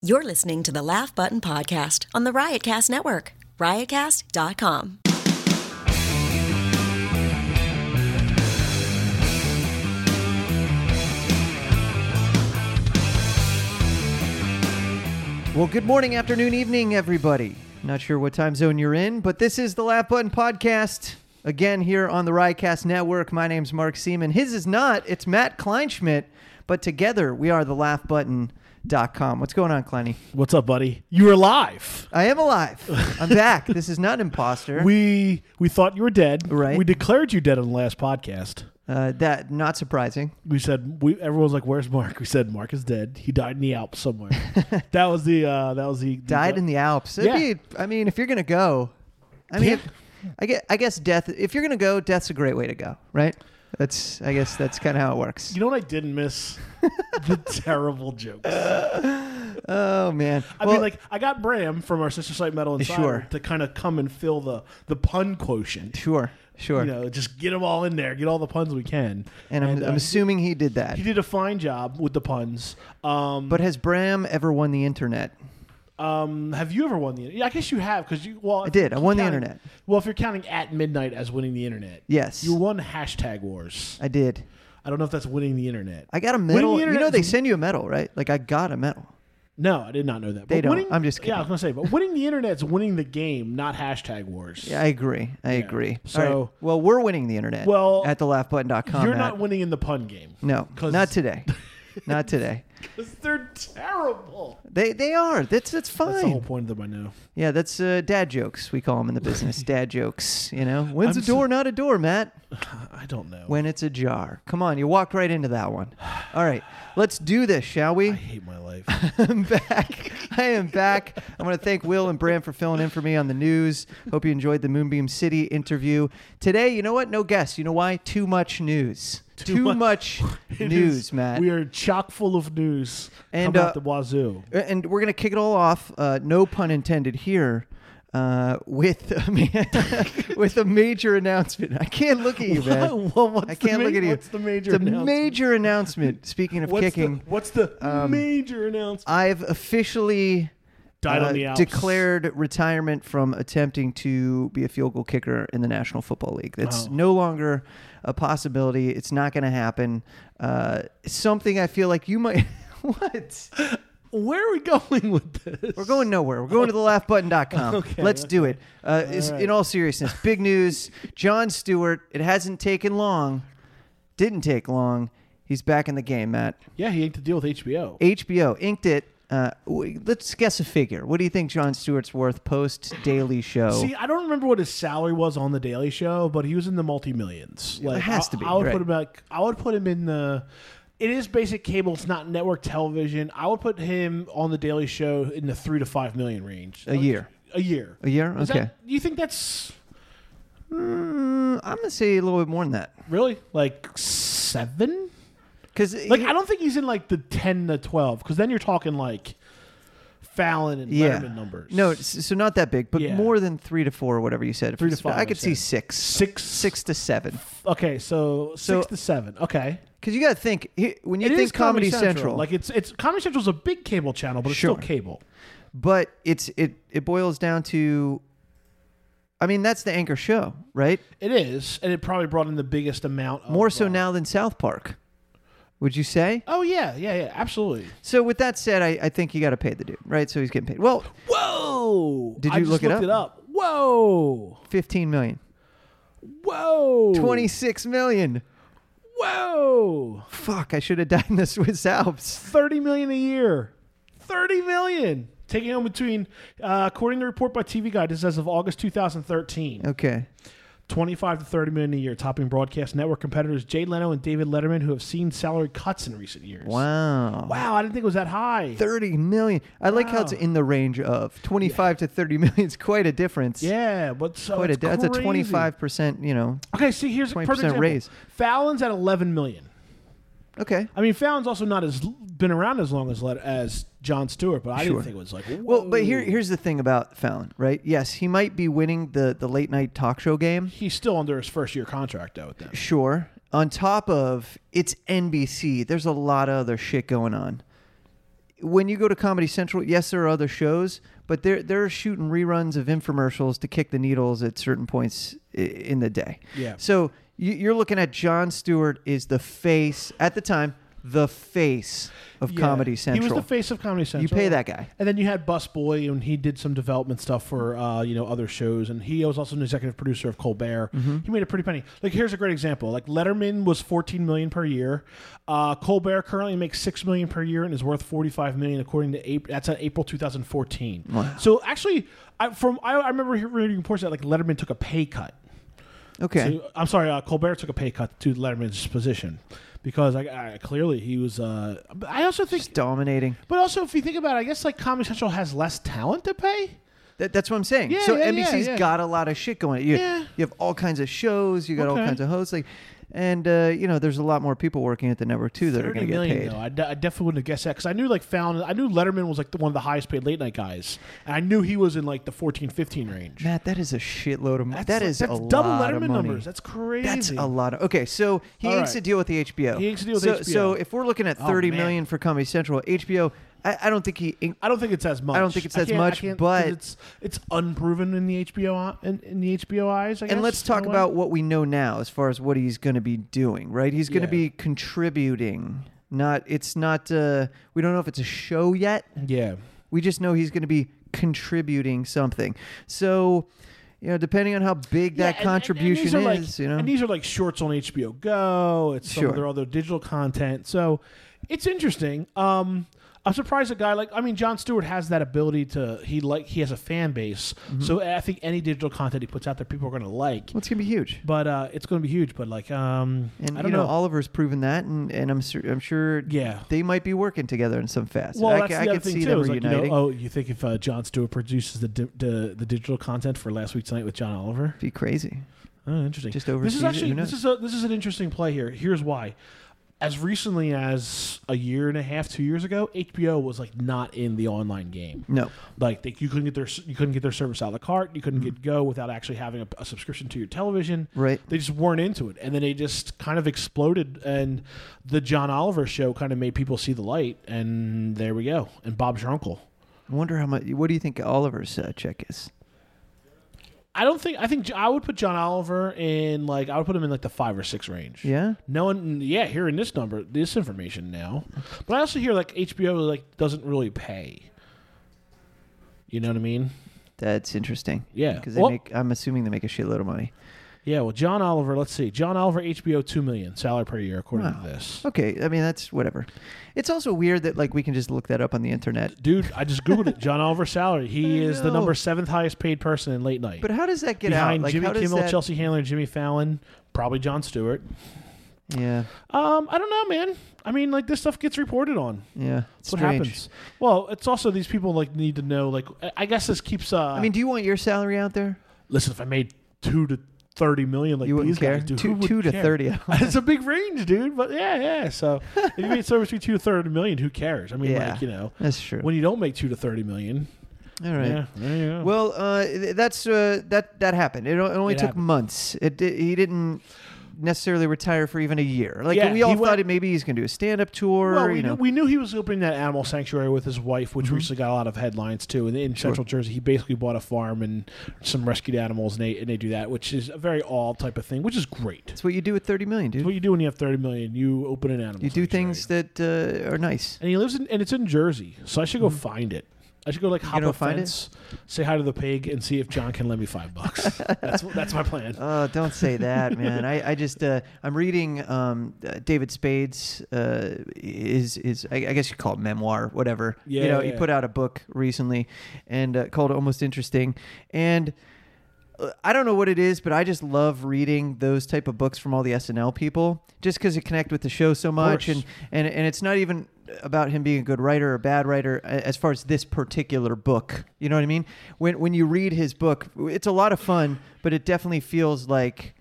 You're listening to the Laugh Button Podcast on the Riotcast Network, riotcast.com. Well, good morning, afternoon, evening, everybody. Not sure what time zone you're in, but this is the Laugh Button Podcast. Again, here on the Riotcast Network. My name's Mark Seaman. His is not, it's Matt Kleinschmidt. But together, we are the laughbutton.com. What's going on, Kleiny? What's up, buddy? You're alive. I am alive. I'm back. This is not imposter. We we thought you were dead. Right. We declared you dead on the last podcast. uh, that not surprising. We said we everyone's like, "Where's Mark?" We said Mark is dead. He died in the Alps somewhere. that was the uh, that was the Died in the Alps. It'd Yeah. be- I mean, if you're gonna go, I mean, Yeah. if- I guess, I guess death. If you're gonna go, death's a great way to go, right? That's I guess that's kind of how it works. You know what I didn't miss? the terrible jokes. Oh man. I mean, like I got Bram from our sister site Metal and Cider Sure. to kind of come and fill the the pun quotient. Sure, sure. You know, just get them all in there, get all the puns we can. and I'm, uh, I'm assuming he did that. he did a fine job with the puns. Um, but has Bram ever won the internet? Um, have you ever won the? Yeah, I guess you have because you. Well, I did. I won the internet. Well, if you're counting at midnight as winning the internet, Yes. you won hashtag wars. I did. I don't know if that's winning the internet. I got a Winning medal. the You internet know they is- send you a medal, right? Like I got a medal. no, I did not know that. They But don't. Winning, I'm just Yeah, I was gonna say, but winning the internet's winning the game, not hashtag wars. Yeah, I agree. I agree. So- All right. well, we're winning the internet. Well, at the laughbutton.com. you're Matt. not winning in the pun game. No, 'Cause- not today. not today. 'Cause they're terrible. They they are. That's that's fine. That's the whole point of them. I know. Yeah, that's uh, dad jokes. We call them in the business. dad jokes. You know, when's I'm a so- door not a door, Matt? I don't know. When it's a jar. Come on, you walked right into that one. All right, let's do this, shall we? I hate my life. I'm back. I am back. I want to thank Will and Bram for filling in for me on the news. Hope you enjoyed the Moonbeam City interview. Today, you know what? No guests. You know why? Too much news. Too, mu- much, It news, is- Matt. We are chock full of news And, about uh, the wazoo. and we're going to kick it all off, uh, no pun intended here. Uh, with a ma- with a major announcement, I can't look at you, man. Well, what's I the can't ma- look at you. what's the major It's a announcement? major announcement. Speaking of What's kicking, um, uh, The, what's the major announcement? I've officially Died on the Alps. Uh, declared retirement from attempting to be a field goal kicker in the National Football League. That's Oh. no longer a possibility. It's not going to happen. Uh, something I feel like you might. what? Where are we going with this? We're going nowhere. We're going to the laughbutton.com. Okay, Let's do it. Uh, is, right. In all seriousness, big news. John Stewart, it hasn't taken long. Didn't take long. He's back in the game, Matt. Yeah, he inked the deal with HBO. HBO inked it. Uh, w- let's guess a figure. What do you think John Stewart's worth post Daily Show? See, I don't remember what his salary was on the Daily Show, but he was in the multi millions. Like, has I, to be, I would right. put him like I would put him in the. It is basic cable. It's not network television. I would put him on the Daily Show in the three to five million range A year. A year. A year? Is Okay. That, you think that's Mm, I'm gonna say a little bit more than that. really like seven? Because Like I don't think he's in like the ten to twelve because then you're talking like Fallon and yeah. Letterman numbers. No, s- so not that big, but Yeah. more than three to four, or whatever you said. If Three to it's- I five, could I see said. six, Six? six to seven. Okay, so, So- six to seven. Okay, Because you got to think he- when you It think is Comedy Central, Like it's it's Comedy Central's a big cable channel, but it's Sure. still cable. but it's it it boils down to. I mean, that's the anchor show, right? It is, and it probably brought in the biggest amount. Of, More so uh, now than South Park. Would you say? Oh yeah, yeah, yeah, absolutely. So with that said, I, I think you got to pay the dude, right? So he's getting paid. Well, Whoa! Did I you just look it looked up? it up? Whoa! 15 million. Whoa! 26 million. Whoa! Fuck, I should have died in the Swiss Alps. Thirty million a year. Thirty million. Taking home between, uh, according to a report by TV Guide, this is as of August 2013. Okay. 25 to 30 million a year, topping broadcast network competitors Jay Leno and David Letterman, who have seen salary cuts in recent years. Wow. Wow, I didn't think it was that high. 30 million. I like how it's Wow. in the range of 25 to 30 million. It's quite a difference. yeah, but so Quite a, it's di- that's a crazy. 25%, you know. Okay, see, here's a 20% perfect example. raise. Fallon's at 11 million. Okay. I mean, Fallon's also not as been around as long as Let- as John Stewart, but I Sure. didn't think it was like. Well, but here, whoa. here's the thing about Fallon, right? Yes, he might be winning the, the late night talk show game. he's still under his first year contract though. With them. Sure. On top of it's NBC, there's a lot of other shit going on. when you go to Comedy Central, yes, there are other shows, but they're they're shooting reruns of infomercials to kick the needles at certain points i- in the day. Yeah. So you- you're looking at John Stewart is the face at the time, the face of Yeah. Comedy Central. He was the face of Comedy Central. You pay that guy. And then you had Busboy, and he did some development stuff for uh, you know other shows, and he was also an executive producer of Colbert. Mm-hmm. He made a pretty penny. Like here's a great example: like Letterman was 14 million per year. Uh, Colbert currently makes six million per year and is worth 45 million according to April. That's at April 2014. So actually, I, from I, I remember reading reports that like Letterman took a pay cut. Okay. So, I'm sorry, uh, Colbert took a pay cut to Letterman's position because I, I clearly he was. Uh, but I also think Just dominating. but also, if you think about it, I guess like Comedy Central has less talent to pay. That, that's what I'm saying. Yeah, so yeah, yeah, NBC's yeah. got a lot of shit going. You, Yeah. you have all kinds of shows. You got all Okay. kinds of hosts. Like, and uh, you know, there's a lot more people working at the network too that are Thirty going to get million, paid. though. I, de- I definitely wouldn't have guessed that because I knew like Fallon, I knew Letterman was like the, one of the highest paid late night guys, and I knew he was in like the 14, 15 range. Matt, that is a shitload of money. That's, That is that's a double lot Letterman of money. numbers. That's crazy. That's a lot of okay. So he All inks right. a deal with the HBO. He inks a deal with so, HBO. So if we're looking at Oh, thirty million man. for Comedy Central, HBO, I, I don't think he inked. I don't think it's as much. I don't think it's as can't- much, I can't- 'cause but- it's it's unproven in the HBO o- in, in the HBO eyes. I guess, And let's in talk a way. about what we know now as far as what he's going to be doing. Right, he's going to Yeah. be contributing. Not it's not. Uh, we don't know if it's a show yet. yeah. We just know he's going to be contributing something. So, you know, depending on how big that Yeah, and- and- and these contribution are like- is, you know, and these are like shorts on HBO Go. It's some Sure. of their other digital content, so it's interesting. Um, I'm surprised a guy like I mean, John Stewart has that ability to he like he has a fan base, Mm-hmm. so I think any digital content he puts out there, people are going to like. well, it's going to be huge. But uh, it's going to be huge. But like, um, And I you don't know, know. Oliver's proven that, and, and I'm sur- I'm sure Yeah. they might be working together in some fashion. well, I, that's ca- the I other could thing see too. them is like, you know, reuniting. oh, you think if uh, John Stewart produces the, di- the the digital content for last week tonight with John Oliver, Be crazy. Oh, interesting. Just This overseas is it, actually who this knows? is a this is an interesting play here. Here's why. As recently as a year and a half, two years ago, HBO was like not in the online game. No, Like they, you couldn't get their you couldn't get their service out of the cart. You couldn't get Go without actually having a, a subscription to your television. Right. They just weren't into it, and then they just kind of exploded. And the John Oliver show kind of made people see the light. And there we go. And Bob's your uncle. I wonder how much. What do you think Oliver's uh, check is? I don't think I think J- I would put John Oliver in like I would put him in like the five or six range. Yeah? No one. Yeah, hearing this number, this information now, but I also hear like HBO like doesn't really pay. You know what I mean? That's interesting. Yeah. because they Well- make. I'm assuming they make a shitload of money. Yeah. Well, John Oliver. Let's see. John Oliver HBO two million salary per year according Wow. to this. Okay, I mean that's whatever. It's also weird that like we can just look that up on the internet. Dude, I just googled it. John Oliver salary. He I is the know. number seventh highest paid person in late night. But how does that get out? behind Like Jimmy how does Kimmel, that? Chelsea Handler, Jimmy Fallon, probably John Stewart. Yeah, Um, I don't know, man. I mean, like this stuff gets reported on. yeah. It's That's what strange. happens. Well, it's also these people like need to know. Like, I- I guess this keeps. Uh, I mean, do you want your salary out there? listen, if I made two to thirty million, like You wouldn't these care. guys do, Two- who would two to care? 30. It's a big range, dude. But yeah, yeah. So if you make somewhere between two to thirty million, who cares? I mean, Yeah. like you know, That's true. when you don't make two to thirty million, All right. yeah, there you go. Well, uh, th- that's uh, that that happened. It, o- it only It took happened. months. It, di he didn't necessarily retire for even a year. Like Yeah, we all he thought, went- it maybe he's going to do a stand-up tour. Well, we, you knew, know, Mm-hmm. we knew he was opening that animal sanctuary with his wife, which recently got a lot of headlines too. And in Central Jersey, he basically bought a farm and some rescued animals, and they and they do that, which is a very all type of thing, which is great. that's what you do with thirty million, dude. It's what you do when you have thirty million. You open an animal. you do sanctuary. things that uh, are nice. and he lives in and it's in Jersey, so I should go find it. I should go like hop Mm-hmm. gonna a find it? fence, say hi to the pig, and see if John can lend me five bucks. that's that's my plan. Oh, don't say that, man. I, I just uh, I'm reading um, uh, David Spade's uh, is is I, I guess you call it memoir, whatever. you Yeah, know, he yeah. put out a book recently, and uh, called Almost Interesting, and uh, I don't know what it is, but I just love reading those type of books from all the SNL people, just because it connect with the show so much, course. and and and it's not even about him being a good writer or bad writer a- as far as this particular book. You know what I mean? When when you read his book, it's a lot of fun, but it definitely feels like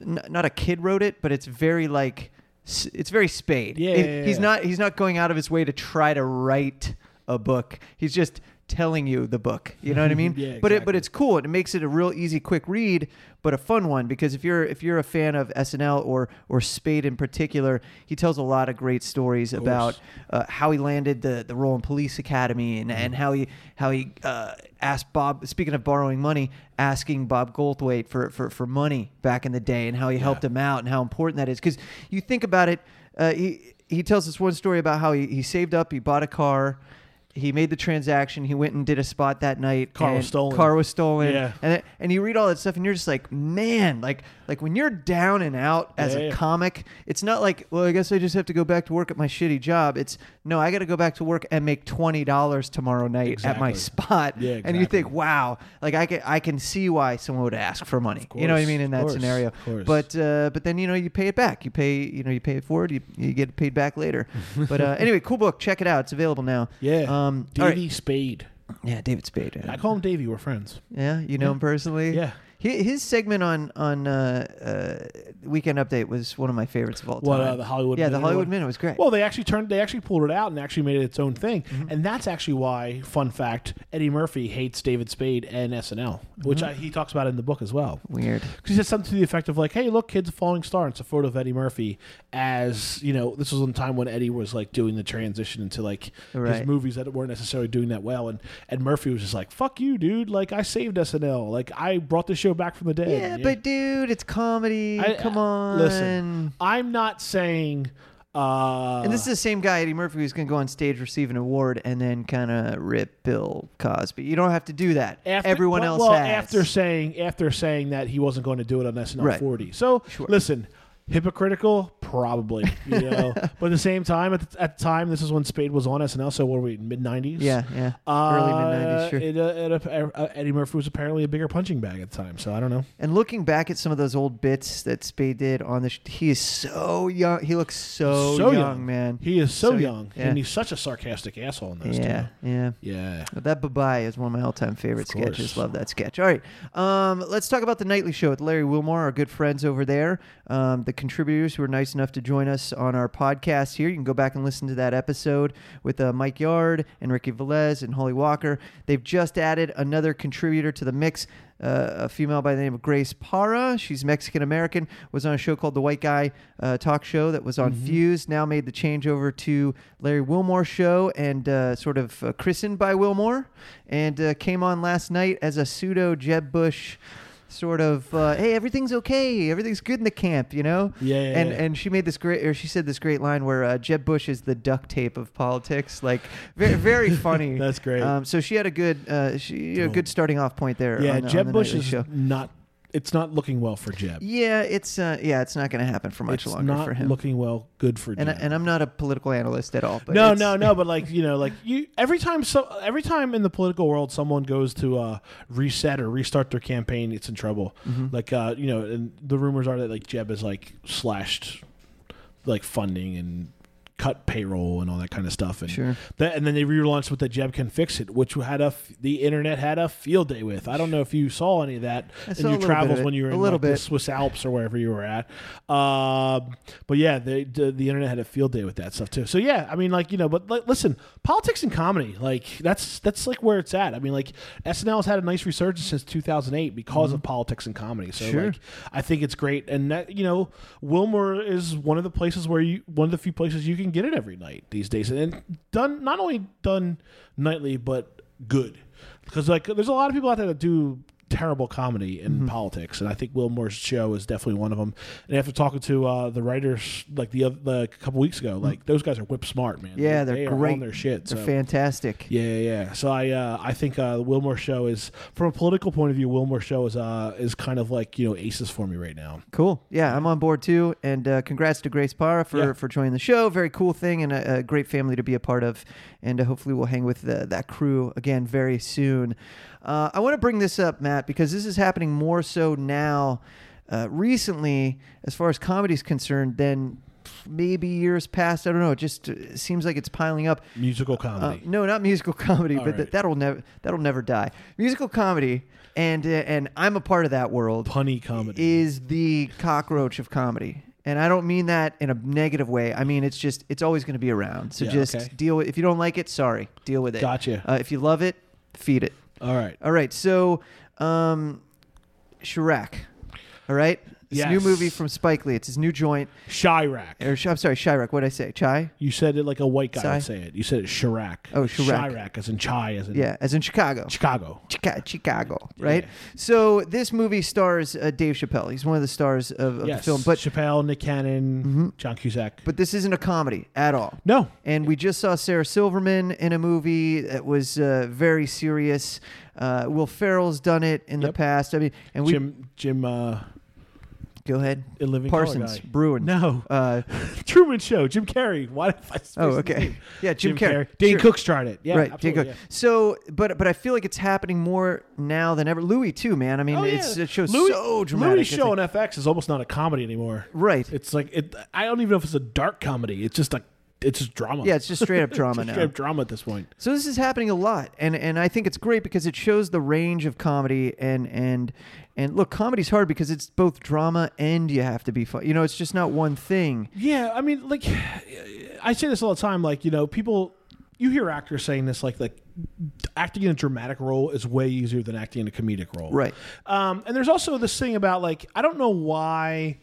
n- not a kid wrote it, but it's very like s- it's very spade. Yeah, It- yeah, he's yeah. not he's not going out of his way to try to write. a book. He's just telling you the book. You know what I mean? Yeah, But it, but exactly. it's cool and it makes it a real easy, quick read, but a fun one because if you're if you're a fan of SNL or or Spade in particular, he tells a lot of great stories about uh, how he landed the the role in Police Academy and, Mm-hmm. and how he how he uh, asked Bob. Speaking of borrowing money, asking Bob Goldthwait for for for money back in the day and how he helped him out and how important that is because you think about it. Uh, he he tells this one story about how he, he saved up, he bought a car. He made the transaction. He went and did a spot that night. Car was and stolen. Car was stolen. Yeah. And and you read all that stuff, and you're just like, man, like like when you're down and out as a Yeah. comic, it's not like, well, I guess I just have to go back to work at my shitty job. It's no, I got to go back to work and make twenty dollars tomorrow night at my Exactly. spot. Yeah, And you exactly. think, wow, like I can I can see why someone would ask for money. you know what I course, mean in of that course, scenario. of course. But uh, but then you know you pay it back. You pay you know you pay it forward. You, you get it paid back later. but uh, anyway, cool book. Check it out. It's available now. Yeah. Um. all right. Davy Spade. Yeah. David Spade. yeah. I call him Davy. We're friends. Yeah, you know him personally. Yeah. Hi- his segment on on uh, uh, Weekend Update was one of my favorites of all time. What, uh, the Hollywood Yeah, the Minute Hollywood one? Minute was great. Well, they actually turned. They actually pulled it out and actually made it its own thing. Mm-hmm. And that's actually why, fun fact, Eddie Murphy hates David Spade and SNL, which Mm-hmm. I, he talks about in the book as well. Weird. 'Cause he said something to the effect of like, "Hey, look, kids, a falling star." And it's a photo of Eddie Murphy as you know. This was in time when Eddie was like doing the transition into like Right. his movies that weren't necessarily doing that well, and and Murphy was just like, "Fuck you, dude! Like I saved SNL. Like I brought the show back from the dead." Yeah, You know? but dude, it's comedy. I- Come I- on. Listen, I'm not saying. Uh, And this is the same guy, Eddie Murphy, who's going to go on stage, receive an award, and then kind of rip Bill Cosby. You don't have to do that. Everyone well- else well, has. after saying after saying that he wasn't going to do it on SNL Right. 40. So listen, hypocritical, probably, you know. but at the same time, at the, at the time, this is when Spade was on SNL. So what were we mid 90s? yeah, yeah. Uh, Early mid 90s, sure. it, uh, it, uh, uh, Eddie Murphy was apparently a bigger punching bag at the time, so I don't know. And looking back at some of those old bits that Spade did on the, sh- he is so young. He looks so, young, man. He is so, So y- young, yeah. and he's such a sarcastic asshole in those. yeah, yeah. too. yeah. But that bye-bye is one of my all-time favorite Of course. sketches. Love that sketch. All right, um, let's talk about the nightly show with Larry Wilmore, our good friends over there, um, the contributors who were nice enough to join us on our podcast here. You can go back and listen to that episode with uh, Mike Yard and Ricky Velez and Holly Walker. They've just added another contributor to the mix. Uh, a female by the name of Grace Para. She's Mexican American. Was on a show called The White Guy uh, Talk Show that was on Mm-hmm. Fuse. Now made the change over to Larry Wilmore Show and uh, sort of uh, christened by Wilmore, and uh, came on last night as a pseudo Jeb Bush. Sort of, uh, hey, everything's okay, everything's good in the camp, you know. Yeah, yeah, and yeah. and she made this great, or she said this great line where uh, Jeb Bush is the duct tape of politics, like very, very funny. That's great. Um, so she had a good, uh, she a good starting off point there. Yeah, on the- on Jeb the Bush nightly is show. not. It's not looking well for Jeb. Yeah, it's uh, yeah, it's not going to happen for much it's longer not for him. looking well good for and I, Jeb. and I'm not a political analyst at all. But no, it's- no, no. But like you know, like you every time so every time in the political world someone goes to uh, reset or restart their campaign, it's in trouble. Mm-hmm. Like uh, you know, and the rumors are that like Jeb is like slashed like funding and cut payroll and all that kind of stuff. And Sure. that, and then they relaunched with the Jeb can fix it, which had a f- the internet had a field day with. I don't know if you saw any of that I saw in a your little bit travels of it. when you were A in little like, the bit. Swiss Alps or wherever you were at. Um, but yeah, the, the the internet had a field day with that stuff too. So yeah, I mean, like you know, but like, listen, politics and comedy, like that's that's like where it's at. I mean, like SNL's had a nice resurgence since 2008 because of politics and comedy. So Sure. like, I think it's great, and that you know, Wilmore is one of the places where you one of the few places you can get it every night these days, and done not only done nightly but good, because like there's a lot of people out there that do terrible comedy Mm-hmm. in politics, and I think Wilmore's show is definitely one of them. And after talking to uh, the writers like the other like, a couple weeks ago, like those guys are whip smart, man. Mm. Yeah, They- they're they are great. on their shit. they're so. fantastic. Yeah, yeah, yeah. So I, uh, I think uh, the Wilmore show is, from a political point of view, Wilmore show is, uh, is kind of like you know aces for me right now. Cool. Yeah, I'm on board too. And uh, congrats to Grace Parra for, Yeah. for joining the show. Very cool thing and a, a great family to be a part of. And uh, hopefully we'll hang with the, that crew again very soon. Uh, I want to bring this up, Matt, because this is happening more so now, uh, recently, as far as comedy is concerned, than maybe years past. I don't know. It just uh, seems like it's piling up. Musical Uh, comedy. no, not musical comedy, All but th- right. that'll never that'll never die. Musical comedy, and uh, and I'm a part of that world punny comedy. is the cockroach of comedy. And I don't mean that in a negative way. I mean it's just it's always going to be around. So Yeah, just okay. deal with. If you don't like it, sorry, deal with it. Gotcha. Uh, if you love it, feed it. All right. All right. So, um, Chirac. All right. This Yes. new movie from Spike Lee. It's his new joint. Chirac. Or, Sh- I'm sorry, Chirac. What did I say? Chai. You said it like a white guy Sorry. would say it. You said it Chirac. Oh, Chirac. Chirac, as in chai, as in Yeah, as in Chicago. Chicago. Chica- Chicago, right? Yeah. So this movie stars uh, Dave Chappelle. He's one of the stars of, of the Yes. film, but Mm-hmm. Chappelle, Nick Cannon, John Cusack. but this isn't a comedy at all. no. And we just saw Sarah Silverman in a movie that was uh, very serious. Uh, Will Ferrell's done it in the Yep. past. I mean, and we Jim Jim uh go ahead. a living Color Parsons, guy. Bruin. No. Uh, Truman Show, Jim Carrey. Why did I say oh, his okay. name? Yeah, Jim, Carrey. Dane Sure. Cook's tried it. Yeah, right, Dane absolutely, Cook. yeah. So, but but I feel like it's happening more now than ever. Louis too, man. I mean, Oh, yeah. it's it shows Louis- so dramatic. Louis' It's show like- on FX is almost not a comedy anymore. right. It's like it. I don't even know if it's a dark comedy. It's just like it's just drama. yeah, it's just straight up drama It's now. straight up drama at this point. So this is happening a lot, and and I think it's great because it shows the range of comedy and and and look, comedy's hard because it's both drama and you have to be fun. You know, it's just not one thing. Yeah, I mean, like, I say this all the time. Like, you know, people, you hear actors saying this, like, like acting in a dramatic role is way easier than acting in a comedic role, Right. Um, and there's also this thing about like, I don't know why,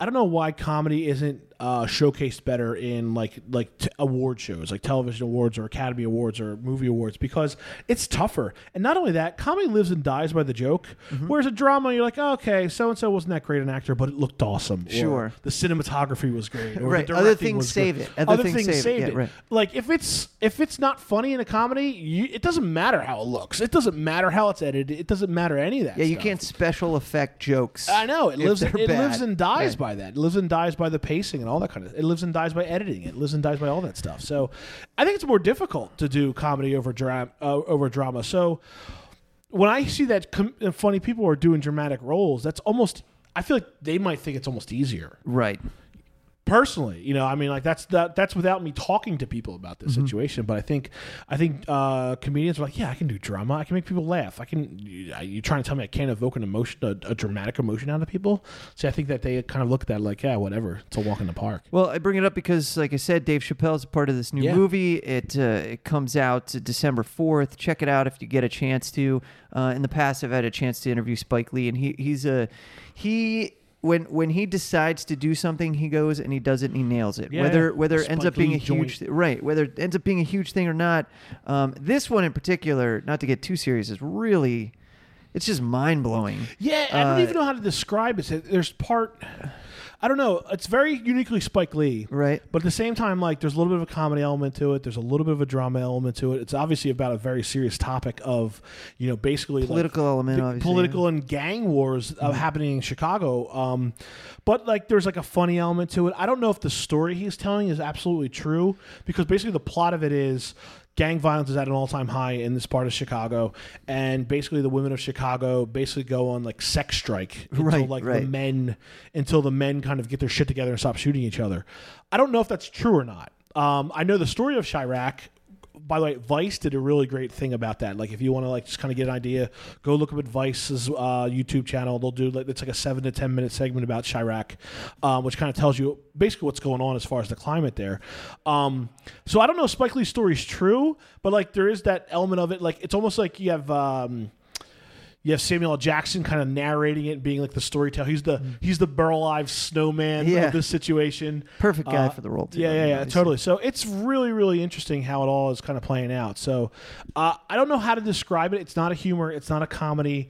I don't know why comedy isn't uh, showcased better in like like t- award shows, like television awards or Academy Awards or movie awards, because it's tougher. And not only that, comedy lives and dies by the joke. Whereas a drama, you're like, oh, okay, so and so wasn't that great an actor, but it looked awesome. Or Sure. the cinematography was great. Or Right. the Other directing things was save good. it. Other things save it. Yeah, right. Like if it's if it's not funny in a comedy, you, it doesn't matter how it looks. It doesn't matter how it's edited. It doesn't matter any of that. Yeah, you stuff. can't special effect jokes. I know it if lives. It they're bad. lives and dies Right. by that. It lives and dies by the pacing and all that kind of. It lives and dies by editing. It lives and dies by all that stuff. So, I think it's more difficult to do comedy over drama uh, over drama. So, when I see that com- uh, funny people are doing dramatic roles, that's almost. I feel like they might think it's almost easier Right. personally you know i mean like that's that that's without me talking to people about this situation but i think i think uh comedians are like yeah i can do drama i can make people laugh i can you, I- you trying to tell me i can't evoke an emotion a, a dramatic emotion out of people so i think that they kind of look at that like yeah whatever it's a walk in the park Well, I bring it up because, like I said, Dave Chappelle's a part of this new Yeah. movie. It uh, it comes out December fourth. Check it out if you get a chance to. Uh, in the past, I've had a chance to interview Spike Lee, and he he's a he. When, when he decides to do something, he goes and he does it and he nails it. Yeah, whether yeah. whether it ends Spike up being Lee a huge th- right, whether it ends up being a huge thing or not, um, this one in particular, not to get too serious, is really it's just mind blowing. Yeah, I don't even know how to describe it. There's part. I don't know. It's very uniquely Spike Lee, Right. But at the same time, like there's a little bit of a comedy element to it. There's a little bit of a drama element to it. It's obviously about a very serious topic of, you know, basically like, Political element, the obviously, political and gang wars Mm-hmm. uh, happening in Chicago. Um, but like there's like a funny element to it. I don't know if the story he's telling is absolutely true because basically the plot of it is gang violence is at an all-time high in this part of Chicago and basically the women of Chicago basically go on like sex strike until Right, like right. the men until the men kind of get their shit together and stop shooting each other. I don't know if that's true or not. Um, I know the story of Chirac. By the way, Vice did a really great thing about that. Like, if you want to like just kind of get an idea, go look up at Vice's uh, YouTube channel. They'll do like it's like a seven to ten minute segment about Chirac, um, which kind of tells you basically what's going on as far as the climate there. Um, so I don't know if Spike Lee's story is true, but like there is that element of it. Like it's almost like you have. Um, you have Samuel L. Jackson kind of narrating it and being like the storyteller. He's the he's the burl alive snowman Yeah. of this situation. Perfect guy for the role, too, Uh, Yeah, I yeah, mean, yeah, obviously. totally. So it's really, really interesting how it all is kind of playing out. So uh, I don't know how to describe it. It's not a humor. It's not a comedy.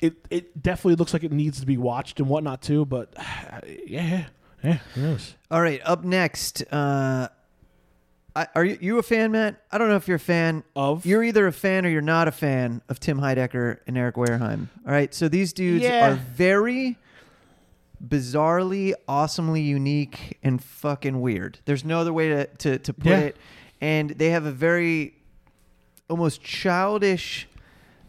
It it definitely looks like it needs to be watched and whatnot too. But yeah, yeah, who knows? All right, up next. Uh, I, are you, you a fan, Matt? I don't know if you're a fan Of? You're either a fan or you're not a fan of Tim Heidecker and Eric Wareheim. All right, so these dudes Yeah. are very bizarrely, awesomely unique and fucking weird. There's no other way to to, to put Yeah. it. And they have a very almost childish,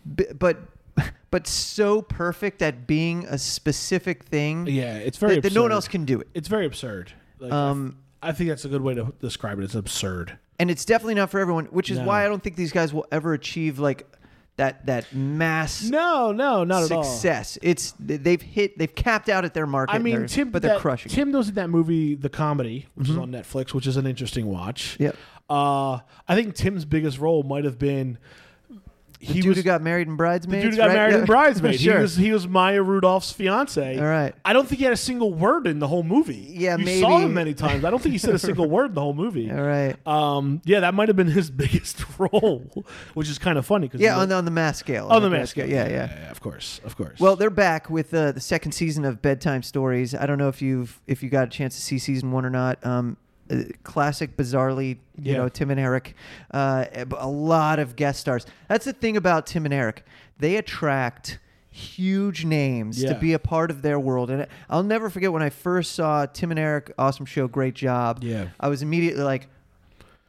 bi- but but so perfect at being a specific thing Yeah, it's very that, that no one absurd. else can do it. It's very absurd. Like, Um, I think that's a good way to describe it. It's absurd. and it's definitely not for everyone which is No. why i don't think these guys will ever achieve like that that mass No, no, not at all. success. It's they've hit they've capped out at their market. I mean, they're- Tim, but they're that- crushing. it. Mm-hmm. Tim does in that movie, the comedy, which is on Netflix, which is an interesting watch. Yep. Uh, I think Tim's biggest role might have been he Dude was who got married in bridesmaids. the dude who got right? married Yeah. in Bridesmaid. sure. He was he was Maya Rudolph's fiance. All right. I don't think he had a single word in the whole movie. Yeah, you saw maybe. him many times. I don't think he said a single word in the whole movie. All right. Um, yeah, that might have been his biggest role, which is kind of funny. Cause yeah, he- on the on the mass scale. on the mass mask. Yeah, yeah. Of course, of course. Well, they're back with uh, the second season of Bedtime Stories. I don't know if you've if you got a chance to see season one or not. Um, uh, classic, bizarrely, you Yeah. know, Tim and Eric. Uh, a lot of guest stars. That's the thing about Tim and Eric. They attract huge names Yeah. to be a part of their world. And I'll never forget when I first saw Tim and Eric, awesome show, great job. Yeah. I was immediately like,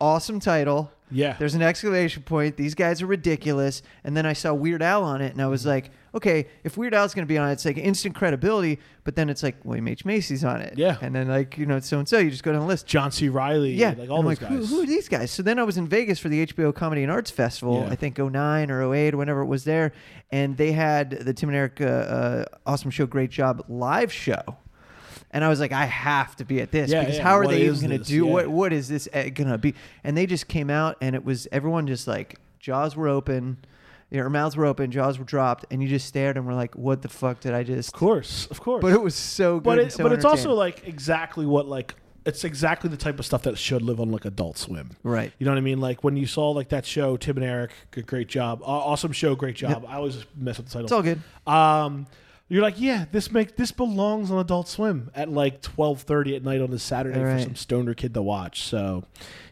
awesome title. Yeah. There's an exclamation point. These guys are ridiculous. And then I saw Weird Al on it, and I was like, okay, if Weird Al's going to be on it, it's like instant credibility. But then it's like William H Macy's on it. Yeah. And then like you know so and so, you just go down the list. John C. Riley. Yeah. like all And I'm those like, guys. Who, who are these guys? So then I was in Vegas for the HBO Comedy and Arts Festival, Yeah. I think 09 or 08 or whenever it was there, and they had the Tim and Eric uh, uh, Awesome Show, Great Job live show. And I was like, I have to be at this Yeah, because yeah. how are What they even is going to this? do Yeah. what? What is this uh, gonna be? And they just came out, and it was everyone just like jaws were open, you know, or mouths were open, jaws were dropped, and you just stared and were like, "What the fuck did I just?" Of course, of course. But it was so good. but and it- so but it's also entertaining. like exactly what like it's exactly the type of stuff that should live on like Adult Swim. Right. You know what I mean? Like when you saw like that show, Tim and Eric, good, great job, Aw- awesome show, great job. I always mess up the title. It's all good. Um, you're like, yeah, this make this belongs on Adult Swim at like twelve thirty at night on a Saturday Right. for some stoner kid to watch. So,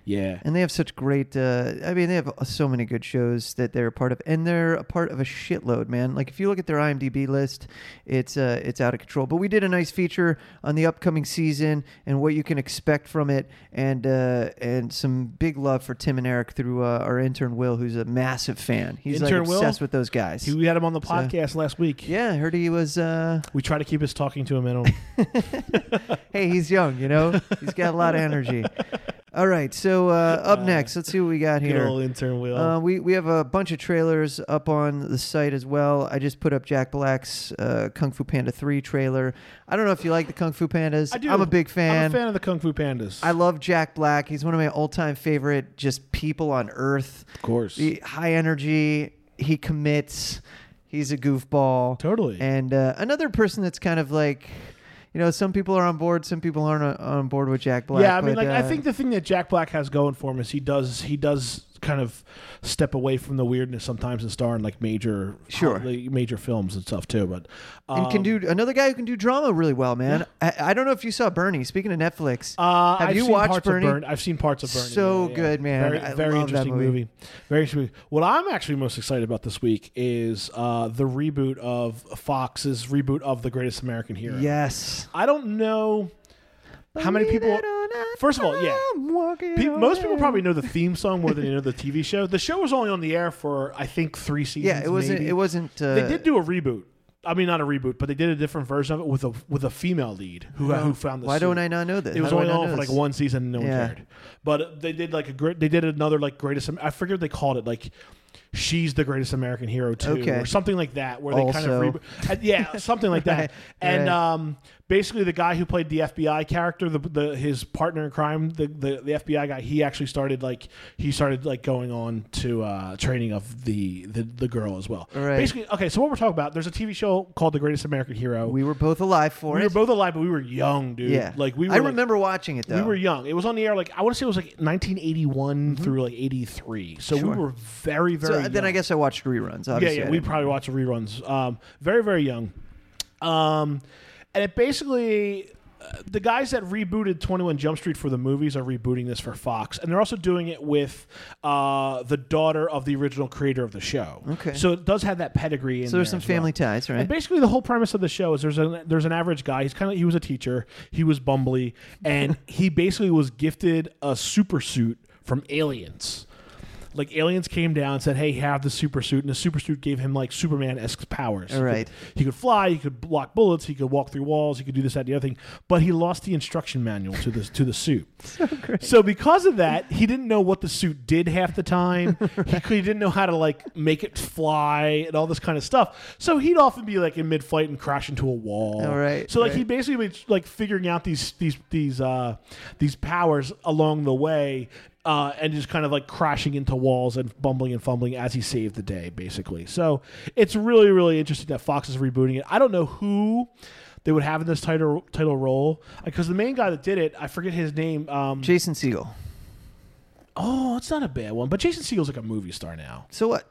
yeah, And they have such great. Uh, I mean, they have so many good shows that they're a part of, and they're a part of a shitload, man. Like if you look at their IMDb list, it's uh, it's out of control. But we did a nice feature on the upcoming season and what you can expect from it, and uh, and some big love for Tim and Eric through uh, our intern Will, who's a massive fan. He's Intern like Will? obsessed with those guys. He- we had him on the podcast last week. yeah, I heard he was. Uh, We try to keep his talking to a minimum. hey, he's young, you know. He's got a lot of energy. All right, so uh, up next, let's see what we got Good here. old intern Will. Uh, we we have a bunch of trailers up on the site as well. I just put up Jack Black's uh, Kung Fu Panda three trailer. I don't know if you like the Kung Fu Pandas. I do. I'm a big fan. I'm a fan of the Kung Fu Pandas. I love Jack Black. He's one of my all time favorite just people on earth. of course. He, high energy. He commits. He's a goofball. Totally. And uh, another person that's kind of like, you know, some people are on board, some people aren't on- on board with Jack Black. yeah, I mean, but, like I uh, think the thing that Jack Black has going for him is he does he does kind of step away from the weirdness sometimes and star in like major Sure. like, major films and stuff too. But um, and can do another guy who can do drama really well, man. I, I don't know if you saw Bernie. Speaking of Netflix, uh, have I've you seen watched parts Bernie? Of Burn. I've seen parts of Bernie. So good, man. Very, I very love that interesting movie. Very interesting. movie. What I'm actually most excited about this week is uh, the reboot of Fox's reboot of The Greatest American Hero. Yes. I don't know how many people. Believe it or not, First of all, yeah. I'm walking Pe- on most people air. probably know the theme song more than they know the TV show. The show was only on the air for I think three seasons. Yeah, it wasn't. maybe. It wasn't. Uh, they did do a reboot. I mean, not a reboot, but they did a different version of it with a with a female lead who uh, who found this. Why don't I not know this? It was How do I only not on know for like this? one season, and no one Yeah. cared. But they did like a great. They did another like greatest. Am- I forget what they called it. Like she's the greatest American hero too, Okay. or something like that. Where they kind Also. of reboot. uh, yeah, something like that. Right, And right. um, basically, the guy who played the FBI character, the, the his partner in crime, the, the the FBI guy, he actually started like he started like going on to uh, training of the the, the girl as well. Right. Basically, okay. So what we're talking about? There's a TV show called The Greatest American Hero. We were both alive for We it. were both alive, but we were young, dude. yeah. like we. Were I like- remember watching it though. we were young. It was on the air like I want to say it was like 1981 through like 83. So Mm-hmm. Sure. we were very very. So uh, then I young. guess I watched reruns. yeah Obviously, yeah I we didn't. probably watched reruns. Um, very very young. Um, and it basically. uh, The guys that rebooted 21 Jump Street for the movies are rebooting this for Fox, and they're also doing it with uh, the daughter of the original creator of the show. Okay. so it does have that pedigree. In so there's there some as well. family ties, right? And basically, the whole premise of the show is there's an there's an average guy. He's kind of he was a teacher. He was bumbly, and he basically was gifted a super suit from aliens. Like aliens came down and said, "Hey, have the super suit," and the super suit gave him like Superman esque powers. He could- Right. he could fly. He could block bullets. He could walk through walls. He could do this, that, and the other thing. But he lost the instruction manual to the to the suit. so, because of that, he didn't know what the suit did half the time. he, could- he didn't know how to like make it fly and all this kind of stuff. So he'd often be like in mid flight and crash into a wall. All right, So like right. he basically was like figuring out these these these uh these powers along the way. Uh, and just kind of like crashing into walls and bumbling and fumbling as he saved the day, basically. So it's really, really interesting that Fox is rebooting it. I don't know who they would have in this title title role because the main guy that did it, I forget his name. Um, Jason Siegel. oh, it's not a bad one, but Jason Segel's like a movie star now. So what?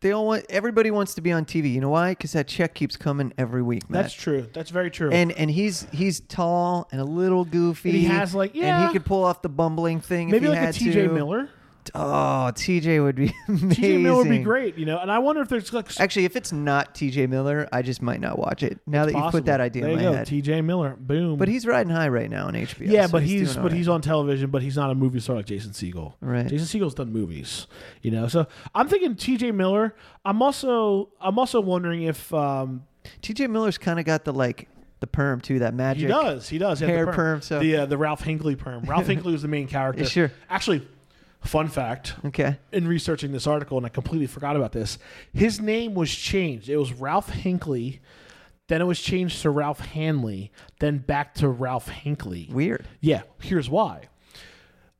They all want. Everybody wants to be on TV. You know why? Because that check keeps coming every week, Matt. That's true. That's very true. And and he's he's tall and a little goofy. And he has, like, and yeah. he could pull off the bumbling thing. if Maybe he like a had TJ to. Miller. Oh, TJ would be amazing. TJ Miller would be great, you know. And I wonder if there's like Actually, if it's not TJ Miller, I just might not watch it. Now that you possible. put that idea there in my you go, head. TJ Miller. Boom. but he's riding high right now on HBO. yeah, so but he's, doing all but right. he's on television, but he's not a movie star like Jason Segel. Right. Jason Segel's done movies, you know. So I'm thinking TJ Miller. I'm also I'm also wondering if um, TJ Miller's kind of got the like the perm too. That magic. He does. He does. He has Hair the perm. perm, so- The uh, the Ralph Hinckley perm. Ralph Hinckley was the main character. Sure. Actually, fun fact. Okay. In researching this article, and I completely forgot about this. His name was changed. It was Ralph Hinckley. Then it was changed to Ralph Hanley. Then back to Ralph Hinckley. Weird. Yeah, here's why.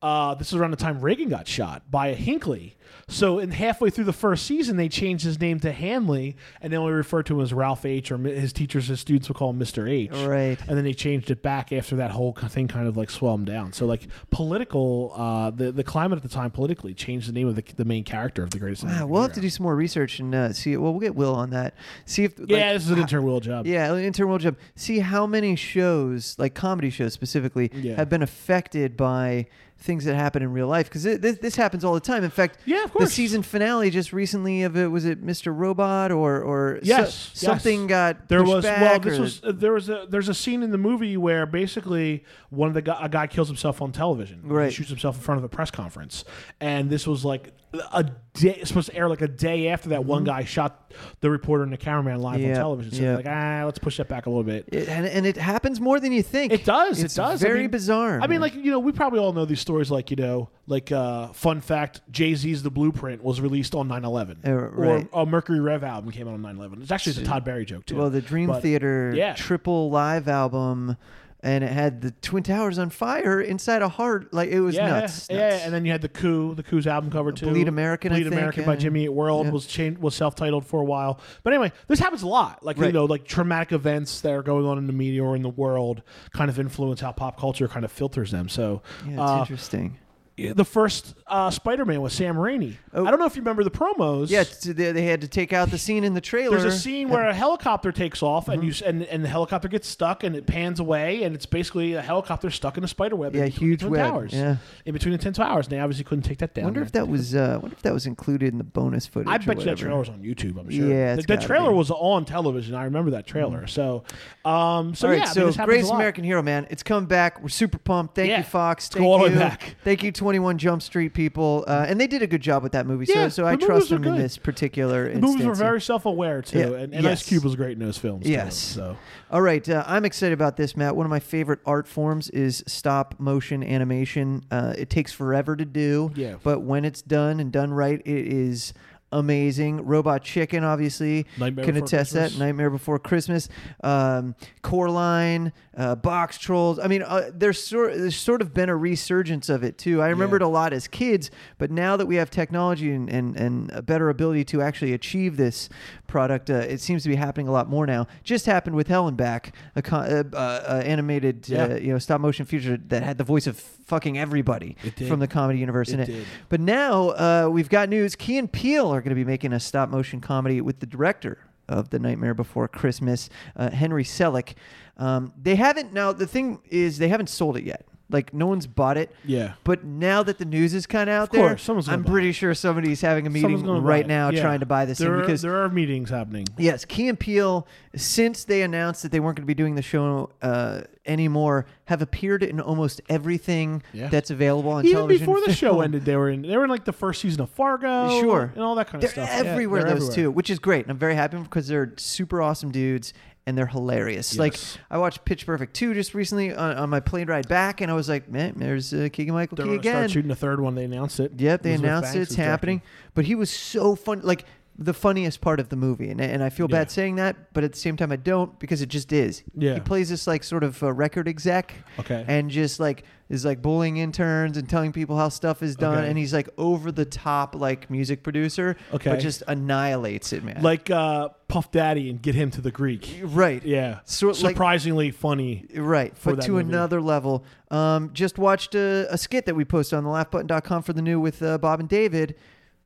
Uh, this is around the time Reagan got shot by a Hinckley. So, in halfway through the first season, they changed his name to Hanley, and they only referred to him as Ralph H. Or mi- his teachers, his students would call him Mister H. Right. And then they changed it back after that whole k- thing kind of like swelled him down. So, like political, uh, the the climate at the time politically changed the name of the, the main character of the greatest. Ah, we'll have to do some more research and uh, see. Well, we'll get Will on that. See if Yeah, like, this is an intern will job. Yeah, intern world job. See how many shows, like comedy shows specifically, Yeah. have been affected by things that happen in real life because this, this happens all the time. In fact, Yeah, of the course. season finale just recently of it was it Mr. Robot or or so- Yes, something yes. got there pushed was well back this or- was uh, there was a there's a scene in the movie where basically one of the guy, a guy kills himself on television Right. he shoots himself in front of a press conference and this was like a day it's supposed to air like a day after that one guy shot the reporter and the cameraman live Mm-hmm. Yeah, on television so yeah. they're like ah let's push that back a little bit It- and, and it happens more than you think. it does. It's it does. I Very mean- bizarre. I mean, man. like you know, we probably all know these stories. Like you know, like uh, fun fact: Jay Z's "The Blueprint" was released on 9/11, Uh, right. or a Mercury Rev album came out on 9/11. It's actually it's a Todd Barry joke too. Well, the Dream But- Theater yeah. triple live album, and it had the Twin Towers on fire inside a heart. Like it was yeah, nuts. yeah, nuts. yeah, and then you had the coup, the coup's album cover too. Bleed American, I Bleed think, American by yeah. Jimmy Eat World Yeah. was changed, was self titled for a while. But anyway, this happens a lot. Like you Right. know, like traumatic events that are going on in the media or in the world kind of influence how pop culture kind of filters them. So yeah, it's uh, interesting. the first uh, Spider-Man was Sam Raimi. Oh. I don't know if you remember the promos. Yeah, t- they, they had to take out the scene in the trailer. There's a scene where a helicopter takes off and Mm-hmm. you s- and, and the helicopter gets stuck and it pans away and it's basically a helicopter stuck in a spider web. Yeah, in between huge the Twin web, Towers. yeah. in between the ten towers. And they obviously couldn't take that down. wonder if there. that was uh, wonder if that was included in the bonus footage. I or bet you that whatever. trailer's on YouTube. I'm sure. Yeah, it's that, that gotta trailer be. Mm. was on television. I remember that trailer. So, um, so All right, yeah, I mean, so this happens a Greatest lot. American Hero, man, it's come back. We're super pumped. Thank Yeah. you, Fox. Let's go Thank all the way you. back. Thank you, Twenty One Jump Street people, uh, and they did a good job with that movie. So, Yeah, so the I movies trust were them in good. this particular The instance. movies were very self-aware too, Yeah, and, and yes. Ice Cube was great in those films. too, Yes. so All right, uh, I'm excited about this, Matt. One of my favorite art forms is stop motion animation. Uh, it takes forever to do, Yeah. but when it's done and done right, it is amazing. Robot Chicken, obviously, Nightmare can Before attest Christmas. that. Nightmare Before Christmas, um, Coraline, uh, Box Trolls. I mean, uh, there's sort there's sort of been a resurgence of it too. I remembered Yeah. a lot as kids, but now that we have technology and, and, and a better ability to actually achieve this product, uh, it seems to be happening a lot more now. Just happened with Helen Back, a con- uh, uh, uh, animated uh, Yeah. you know stop motion feature that had the voice of fucking everybody It did. from the comedy universe in it. It did. But now uh, we've got news: Key and Peele are going to be making a stop motion comedy with the director of The Nightmare Before Christmas, uh, Henry Selick. Um, they haven't now. The thing is, they haven't sold it yet. Like no one's bought it. Yeah. But now that the news is kind of out there, course, someone's gonna I'm buy pretty sure somebody's having a meeting Someone's gonna buy right it. now Yeah. trying to buy this there thing are, because there are meetings happening. Yes, Key and Peele, since they announced that they weren't going to be doing the show uh, anymore, have appeared in almost everything Yeah. that's available on Even television. before the show film. ended, they were in. They were in like the first season of Fargo, Sure. Oh, and all that kind They're of stuff. Yeah, everywhere, they're those two, everywhere. which is great. And I'm very happy because they're super awesome dudes and they're hilarious. Like, Yes. I watched Pitch Perfect 2 just recently on, on my plane ride back, and I was like, man, there's uh, Keegan Michael They're Key gonna start again. shooting the third one. They announced it. Yep, they Elizabeth announced it. Banks It's is directing. happening. But he was so fun, like the funniest part of the movie, and and I feel Yeah. bad saying that, but at the same time I don't because it just is. Yeah. he plays this like sort of uh, record exec, Okay. and just like is like bullying interns and telling people how stuff is done, Okay. and he's like over the top like music producer, Okay. but just annihilates it, man. like uh, Puff Daddy and get him to the Greek. right, Yeah, So, like- surprisingly funny. Right, for but that to movie. another level. Um, just watched a, a skit that we posted on the laughbutton.com for the new with uh, Bob and David,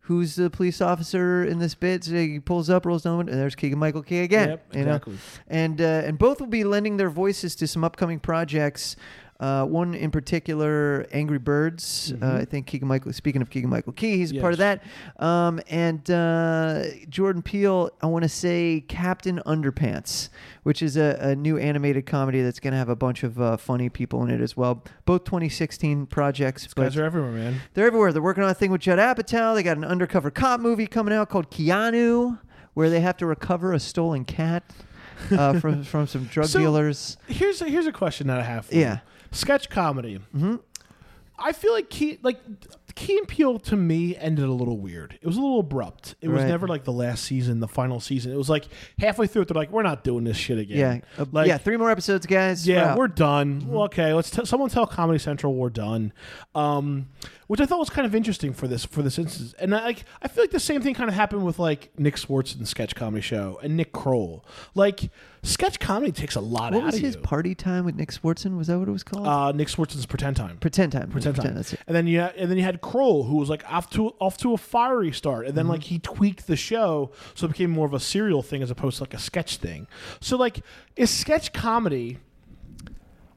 who's the police officer in this bit. So he pulls up, rolls down, and there's Keegan Michael Key again. Yep, you know? exactly. And uh, and both will be lending their voices to some upcoming projects. Uh, one in particular, Angry Birds. Uh, I think Keegan Michael. Speaking of Keegan Michael Key, he's a part of that. Um, and uh, Jordan Peele. I want to say Captain Underpants, which is a, a new animated comedy that's going to have a bunch of uh, funny people in it as well. Both 2016 projects. but- Guys are everywhere, man. they're everywhere. They're working on a thing with Judd Apatow. They got an undercover cop movie coming out called Keanu, where they have to recover a stolen cat uh, from from some drug So- dealers. Here's a, here's a question that I have. For Yeah. Mm-hmm. you. sketch comedy. I feel like Key like Key and Peele to me ended a little weird. It was a little abrupt. It was Right. never like the last season, the final season. It was like halfway through it, they're like, "We're not doing this shit Yeah, again." Uh, like, yeah. Three more episodes, guys. Yeah, out. we're done. Mm-hmm. Well, okay, let's t- someone tell Comedy Central we're done, um, which I thought was kind of interesting for this for this instance. And I like I feel like the same thing kind of happened with like Nick Swartzen's sketch comedy show and Nick Kroll. Like sketch comedy takes a lot what out was of his you. party time with Nick Swartzen? Was that what it was called? uh, Nick Swartzen's Pretend Time. pretend time. Pretend time. That's it. And then you ha- and then you had Kroll, who was like off to off to a fiery start, Mm-hmm. and then like he tweaked the show so it became more of a serial thing as opposed to like a sketch thing. So like, is sketch comedy?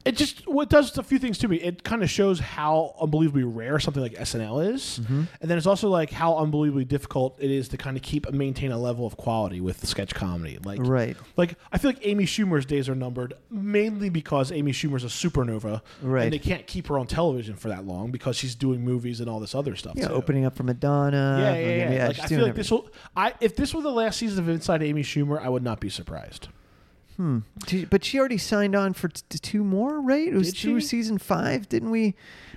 It just what does a few things to me. It kind of shows how unbelievably rare something like SNL is, Mm-hmm. and then it's also like how unbelievably difficult it is to kind of keep maintain a level of quality with sketch comedy. Like Right. like I feel like Amy Schumer's days are numbered mainly because Amy Schumer's a supernova, Right. And they can't keep her on television for that long because she's doing movies and all this other stuff. Yeah, too. opening up for Madonna. Yeah, yeah, yeah. like, she's I doing feel like everything. this will. I if this were the last season of Inside Amy Schumer, I would not be surprised. She- but she already signed on for t- t- two more, right? It was Did through she? season five, didn't we?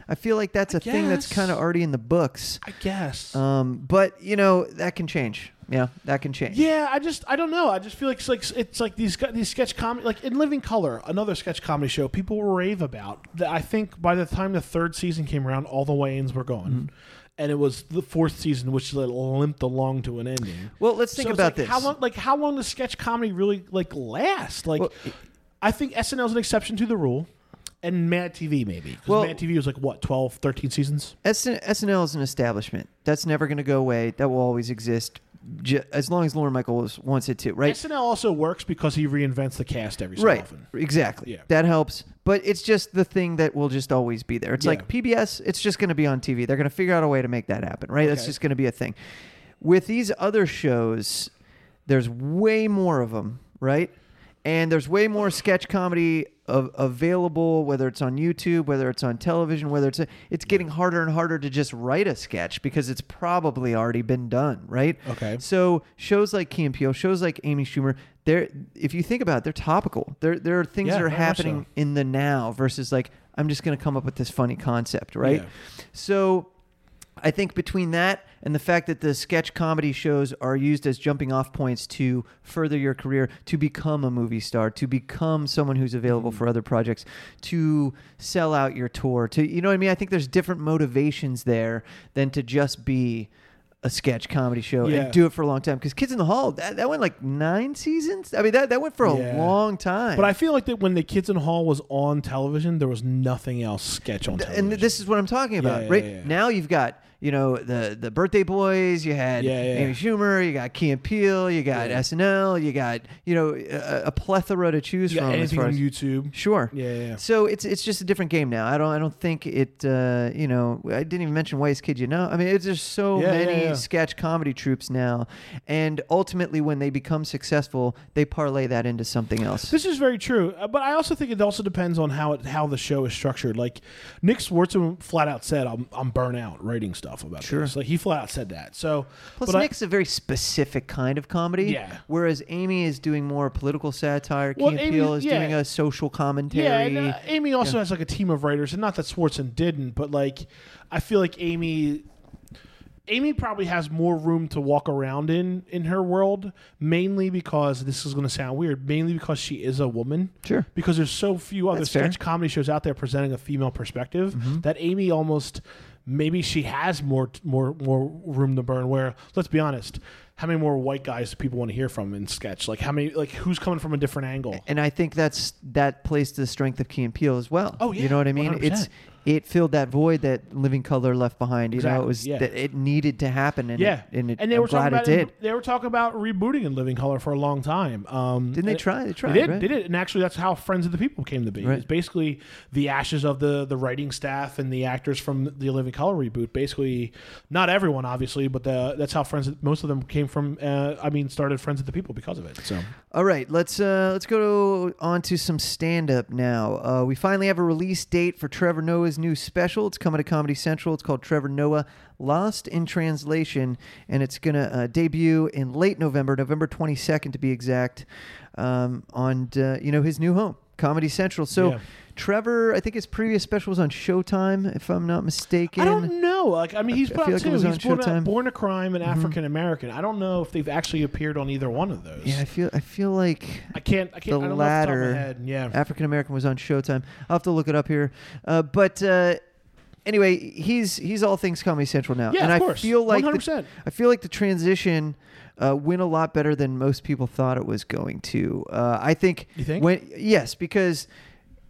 I feel like that's a thing that's guess. kind of already in the books. I guess. Um, but you know that can change. Yeah, that can change. yeah, I just I don't know. I just feel like it's like it's like these gu- these sketch comedy like in Living Color, another sketch comedy show people rave about. That I think by the time the third season came around, all the Wayans were gone. Mm-hmm. And it was the fourth season, which like, limped along to an ending. Well, let's think So it's about like, this. How long, like, how long does sketch comedy really like last? Like, Well, I think SNL is an exception to the rule, and Mad TV maybe. 'Cause Well- Mad TV was like what 12, 13 seasons. SN- SNL is an establishment that's never going to go away. That will always exist, j- as long as Lauren Michaels wants it to. Right. SNL also works because he reinvents the cast every so Right. often. Exactly. Yeah. That helps. But it's just the thing that will just always be there. It's Yeah. like PBS, it's just going to be on TV. They're going to figure out a way to make that happen, right? That's Okay. just going to be a thing. With these other shows, there's way more of them, right? And there's way more sketch comedy of, available, whether it's on YouTube, whether it's on television, whether it's it's getting harder and harder to just write a sketch because it's probably already been done, right? Okay. So shows like Key and Peele, shows like Amy Schumer, they're if you think about it, they're topical. There there are things Yeah, that are very much happening so. in the now versus like I'm just going to come up with this funny concept, right? Yeah. So I think between that and the fact that the sketch comedy shows are used as jumping off points to further your career, to become a movie star, to become someone who's Mm. available for other projects, to sell out your tour, to you know what I mean? I think there's different motivations there than to just be a sketch comedy show Yeah. and do it for a long time because Kids in the Hall that, that went like nine seasons. I mean that that went for a Yeah. long time. But I feel like that when the Kids in the Hall was on television, there was nothing else sketch on Th- television. and this is what I'm talking about, yeah, right? yeah, yeah. Now you've got you know the the Birthday Boys. You had Yeah, yeah. Amy Schumer. You got Key and Peele. You got SNL. You got you know a, a plethora to choose Yeah, from. as anything far on as, YouTube. Sure. Yeah, yeah, yeah. So it's it's just a different game now. I don't I don't think it. Uh, you know, I didn't even mention Wise Kid. You know, I mean, it's just so Yeah, yeah, many yeah. sketch comedy troops now, and ultimately, when they become successful, they parlay that into something else. This is very true, uh, but I also think it also depends on how it, how the show is structured. Like Nick Swartzen flat out said, "I'm I'm burnout writing stuff about Sure. this." Like he flat out said that. So Plus, but I- Nick's a very specific kind of comedy. Yeah. Whereas Amy is doing more political satire. Well, Key and Amy- Peele is yeah. doing a social commentary. yeah, and, uh, Amy also has like a team of writers, and not that Swartzen didn't, but like I feel like Amy. Amy probably has more room to walk around in in her world, mainly because this is going to sound weird. Mainly because she is a woman. Sure. Because there's so few other That's fair. Mm-hmm. sketch comedy shows out there presenting a female perspective that Amy almost maybe she has more more more room to burn where let's be honest how many more white guys do people want to hear from in sketch like how many like who's coming from a different angle And I think that's that plays to the strength of Key and Peele as well. Oh, you yeah, know what I mean? It's 100%. it filled that void that Living Color left behind. You know, it Exactly, was yeah. that it needed to happen, and yeah it, and, it, they I'm were glad talking about it did. they were talking about rebooting and living color for a long time um Didn't they and- try? They tried. They did, right? did it, and actually, that's how Friends of the People came to be. Right. It's basically the ashes of the the writing staff and the actors from the Living Color reboot. Basically, not everyone, obviously, but the, that's how Friends. Most of them came from. Uh, I mean, started Friends of the People because of it. So All right, let's uh, let's go on to some stand up now. Uh, we finally have a release date for Trevor Noah's new special. It's coming to Comedy Central. It's called Trevor Noah Lost in Translation, and it's gonna uh, debut in late November, November twenty second to be exact, um, on uh, you know his new home, Comedy Central. So. Yeah. Trevor, I think his previous special was on Showtime, if I'm not mistaken. I don't know. Like, I mean, he's I put feel out like it two. was He's on born, Showtime. Mm-hmm. a, born a crime and African American. I don't know if they've actually appeared on either one of those. Yeah, I feel I feel like I can't. I the can't. I don't Know off the latter top of my head. Yeah. African American was on Showtime. I'll have to look it up here. Uh, but uh, anyway, he's he's all things Comedy Central now, Yeah, and of I course. feel like the, 100%. I feel like the transition uh, went a lot better than most people thought it was going to. Uh, I think You think? when yes, because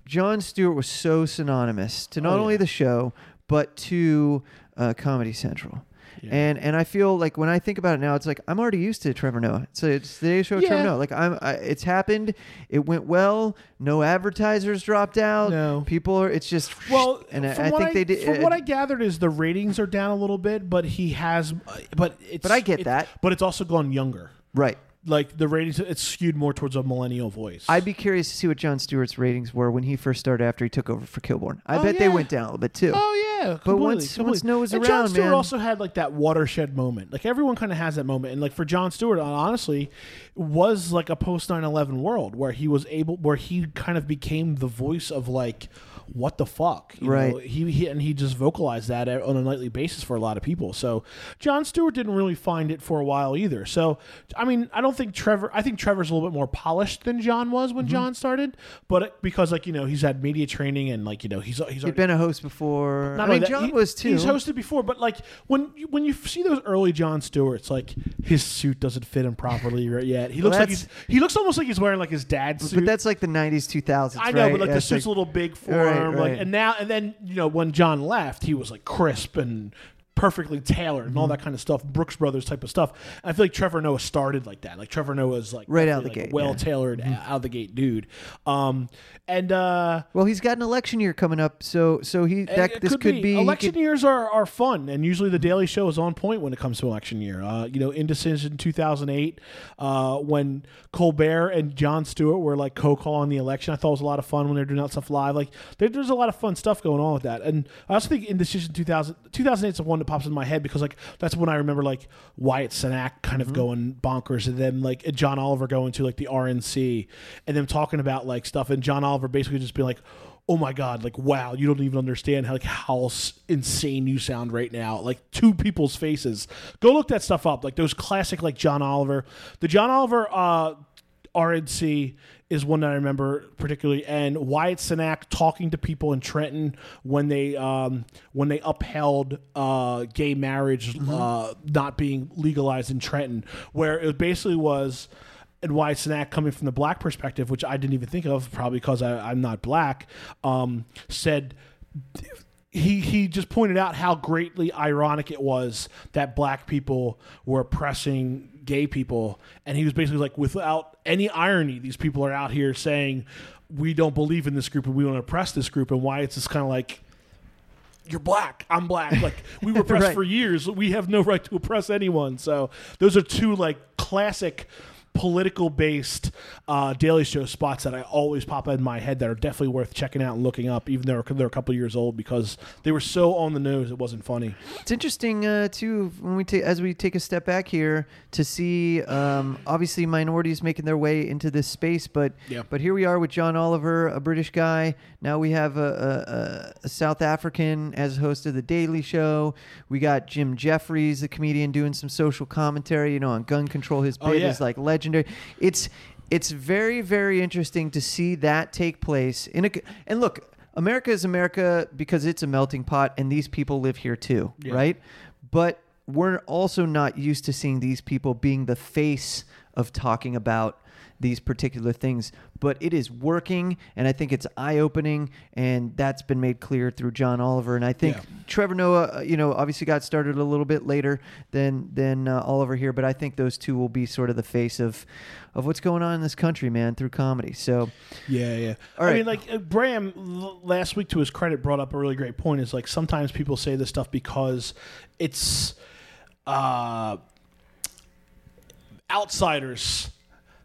John Stewart was so synonymous to not Oh, only yeah. the show but to uh, Comedy Central. Yeah. And and I feel like when I think about it now, it's like I'm already used to Trevor Noah. So it's today's show, with Trevor Yeah. Noah. Like I'm, I, it's happened. It went well. No advertisers dropped out. No. people are. It's just Well, and I, from I what think I, they did. uh, From what I gathered is the ratings are down a little bit, but he has, uh, but it's. But I get it's- that. But it's also gone younger. right. Like the ratings, it's skewed more towards a millennial voice. I'd be curious to see what John Stewart's ratings were when he first started after he took over for Kilborn. I Oh, bet they yeah. went down a little bit too. Oh yeah, But completely, once- completely. once Noah's and around, John Stewart man. also had like that watershed moment. Like everyone kind of has that moment, and like for John Stewart, uh, honestly, was like a post 9-11 world where he was able, where he kind of became the voice of like, what the fuck, you Right. know? He, he and he just vocalized that uh, on a nightly basis for a lot of people. So John Stewart didn't really find it for a while either. So I mean, I don't think Trevor. I think Trevor's a little bit more polished than John was Mm-hmm. when John started, but it- because like you know he's had media training and like you know he's he's already He'd been a host before. not I mean, only that, John he- was too. He's hosted before, but like when you, when you see those early John Stewarts, like his suit doesn't fit him properly right yet. He looks like that's- he's, he looks almost like he's wearing like his dad's suit. but that's like the '90s, 2000s. I know, right? but like Yeah, the it's like- suit's a little big for Right, him. right. Like and now and then you know when John left, he was like crisp and perfectly tailored and all Mm-hmm. that kind of stuff, Brooks Brothers type of stuff. And I feel like Trevor Noah started like that. Like Trevor Noah's like Right out of the definitely, like, gate, yeah. Mm-hmm. well tailored out of the gate dude. Um and uh Well, he's got an election year coming up, so so he that Eh, It this could be, he could- election years are, are fun, and usually the Daily Show is on point when it comes to election year. Uh, you know, indecision two thousand eight, uh, when Colbert and John Stewart were like co-calling the election. I thought it was a lot of fun when they're doing that stuff live. Like there, there's a lot of fun stuff going on with that, and I also think indecision 2000, 2008 is the one that pops in my head because like that's when I remember like Wyatt Cenac kind of Mm-hmm. going bonkers, and then like and John Oliver going to like the RNC, and them talking about like stuff, and John Oliver basically just being like oh my god like wow you don't even understand how like how s- insane you sound right now like two people's faces go look that stuff up like those classic like john oliver the john oliver uh RNC is one that I remember particularly, and Wyatt Cenac talking to people in Trenton when they um, when they upheld uh, gay marriage uh, not being legalized in Trenton, where it basically was and why it's an act coming from the black perspective, which I didn't even think of, probably because I, I'm not black, um, said he he just pointed out how greatly ironic it was that black people were oppressing gay people and he was basically like without any irony these people are out here saying we don't believe in this group and we don't oppress this group and why it's just kind of like you're black i'm black like we were oppressed Right. for years we have no right to oppress anyone so those are two like classic political based uh, daily show spots that i always pop in my head that are definitely worth checking out and looking up even though they're a couple years old because they were so on the nose it wasn't funny It's interesting uh, too when we ta- as we take a step back here to see um, obviously minorities making their way into this space, but Yeah. but here we are with John Oliver, a British guy. Now we have a, a, a South African as host of the Daily Show. We got Jim Jeffries, the comedian, doing some social commentary, you know, on gun control. His bit Oh, yeah. is like legendary. It's it's very very interesting to see that take place in a c- and look. America is America because it's a melting pot and these people live here too, Yeah. right? But we're also not used to seeing these people being the face of talking about these particular things. But it is working, and I think it's eye opening, and that's been made clear through John Oliver. And I think Yeah. Trevor Noah, uh, you know, obviously got started a little bit later than than uh, Oliver here, but I think those two will be sort of the face of of what's going on in this country, man, through comedy. So Yeah, yeah. All I right. mean, like uh, Bram l- last week, to his credit, brought up a really great point. Is like sometimes people say this stuff because it's uh, outsiders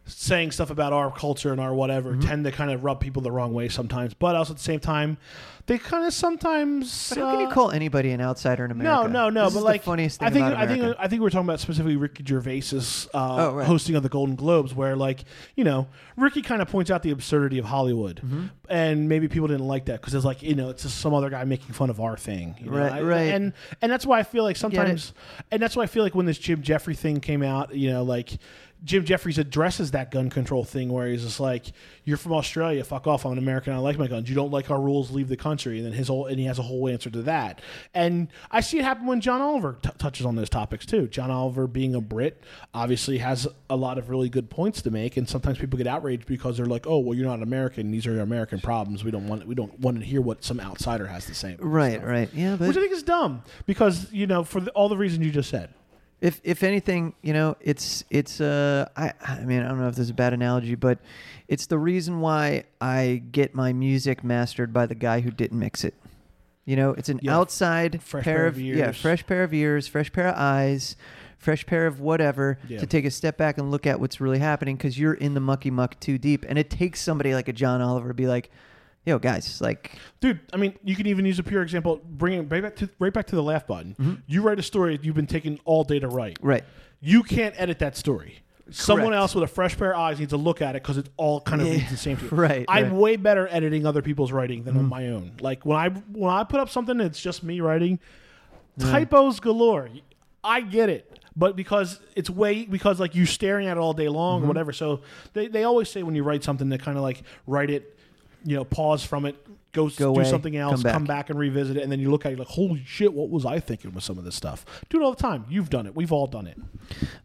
saying stuff about our culture and our whatever Mm-hmm. tend to kind of rub people the wrong way sometimes. But also at the same time, they kind of sometimes. But how can you uh, call anybody an outsider in America? no, no, no. This but is like, the funniest thing I think, about I think, America. I think we're talking about specifically Ricky Gervais's uh, Oh, right. hosting of the Golden Globes, where like you know, Ricky kind of points out the absurdity of Hollywood, Mm-hmm. and maybe people didn't like that because it's like you know, it's just some other guy making fun of our thing, you know? Right, I- right. And and that's why I feel like it. sometimes, and that's why I feel like when this Jim Jeffrey thing came out, you know, like. Jim Jeffries addresses that gun control thing where he's just like, "You're from Australia, fuck off. I'm an American. I like my guns. You don't like our rules, leave the country." And then his whole and he has a whole answer to that. And I see it happen when John Oliver t- touches on those topics too. John Oliver, being a Brit, obviously has a lot of really good points to make, and sometimes people get outraged because they're like, "Oh, well, you're not American. These are your American problems. We don't want we don't want to hear what some outsider has to say." about right, stuff." right, yeah. But Which I think is dumb because you know for the, all the reasons you just said. if if anything, you know, it's it's uh I I mean, I don't know if this is a bad analogy, but it's the reason why I get my music mastered by the guy who didn't mix it. You know, it's an Yeah. outside Fresh pair, pair of, of yeah, ears. fresh pair of ears, fresh pair of eyes, fresh pair of whatever Yeah. to take a step back and look at what's really happening because you're in the mucky muck too deep, and it takes somebody like a John Oliver to be like, "Yo, guys, like, Dude, I mean, you can even use a pure example. Bring it right back to right back to the laugh button. You write a story you've been taking all day to write. right." You can't edit that story. Someone Correct. else with a fresh pair of eyes needs to look at it because it all kind of reads the same to you. Right, I'm right. Mm. way better editing other people's writing than on my own. Like when I when I put up something that's just me writing, typos galore. I get it. But because it's way because like you're staring at it all day long Mm-hmm. or whatever. So they, they always say when you write something to kind of like write it, you know, pause from it, go, s- do Go away, something else, come back. and revisit it, and then you look at it like, holy shit, what was I thinking with some of this stuff? Do it all the time. You've done it. We've all done it.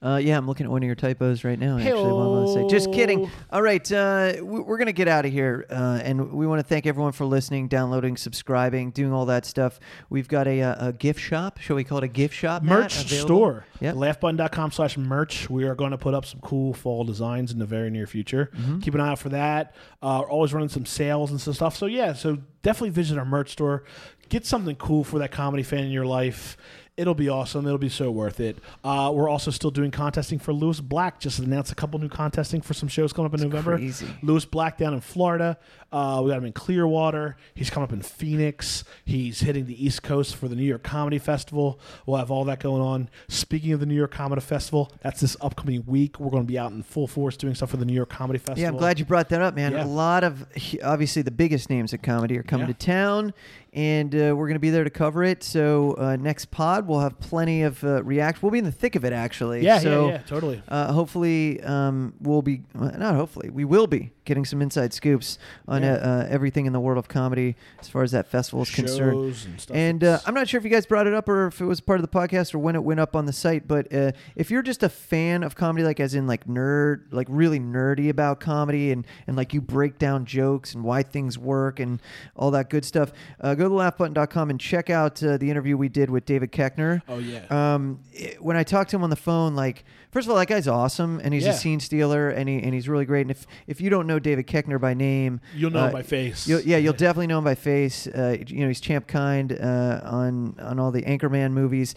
Uh, yeah, I'm looking at one of your typos right now. Actually, while I'm on the site. just kidding. Heyo. All right, uh, we- we're gonna get out of here, uh, and we want to thank everyone for listening, downloading, subscribing, doing all that stuff. We've got a, uh, a gift shop. Shall we call it a gift shop? Matt, merch available? store. Yep. Laughbutton.com slash merch. We are going to put up some cool fall designs in the very near future. Mm-hmm. Keep an eye out for that. Uh, we're always running some sales and some stuff. So, yeah, so definitely visit our merch store. Get something cool for that comedy fan in your life. It'll be awesome. It'll be so worth it. Uh, we're also still doing contesting for Lewis Black. Just announced a couple new contesting for some shows coming up in November. crazy. Lewis Black down in Florida. Uh, we got him in Clearwater. He's come up in Phoenix. He's hitting the East Coast for the New York Comedy Festival. We'll have all that going on. Speaking of the New York Comedy Festival, that's this upcoming week. We're going to be out in full force doing stuff for the New York Comedy Festival. Yeah, I'm glad you brought that up, man. Yeah. A lot of obviously the biggest names at comedy are coming Yeah. to town, and uh, we're going to be there to cover it. So uh, next pod, We'll have plenty of uh, react. We'll be in the thick of it actually. Yeah, so, yeah, yeah, totally. Uh, hopefully, um, we'll be well, not hopefully we will be getting some inside scoops on Yeah. uh, uh, everything in the world of comedy as far as that festival is concerned. Shows and stuff. And uh, I'm not sure if you guys brought it up or if it was part of the podcast or when it went up on the site, but uh, if you're just a fan of comedy, like as in like nerd, like really nerdy about comedy and, and like you break down jokes and why things work and all that good stuff, uh, go to laughbutton.com and check out uh, the interview we did with David Keckner. oh yeah. Um, it- when I talked to him on the phone, like first of all, that guy's awesome, and he's Yeah. a scene stealer, and he and he's really great. And if if you don't know David Keckner by name, You'll know uh, him by face. You'll, yeah, you'll definitely know him by face. Uh, you know, he's champ kind uh, on on all the Anchorman movies,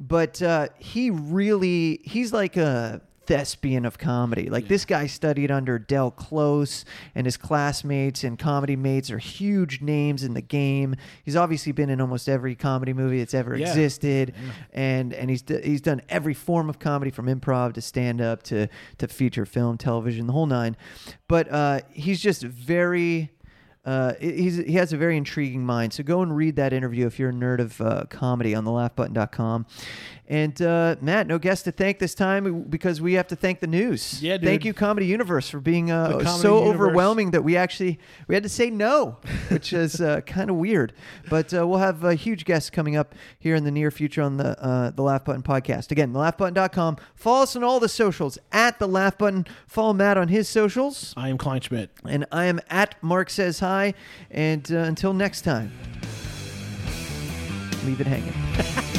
but uh, he really he's like a thespian of comedy. Like this guy studied under Del Close, and his classmates and comedy mates are huge names in the game. He's obviously been in almost every comedy movie that's ever Yeah. existed existed, and and he's d- he's done every form of comedy from improv to stand up to to feature film, television, the whole nine. But uh, he's just very. Uh, he's, he has a very intriguing mind. So go and read that interview if you're a nerd of uh, comedy on thelaughbutton.com. And uh, Matt, no guest to thank this time because we have to thank the news. Yeah, dude. Thank you, Comedy Universe, for being The uh, Comedy so Universe. overwhelming that we actually we had to say no, which is uh, kind of weird. But uh, we'll have a huge guest coming up here in the near future on the uh, the Laugh Button podcast. Again, thelaughbutton.com. Follow us on all the socials at the Laugh Button. Follow Matt on his socials, I am Klein Schmidt. and I am at Mark Says Hi. And uh, until next time, leave it hanging.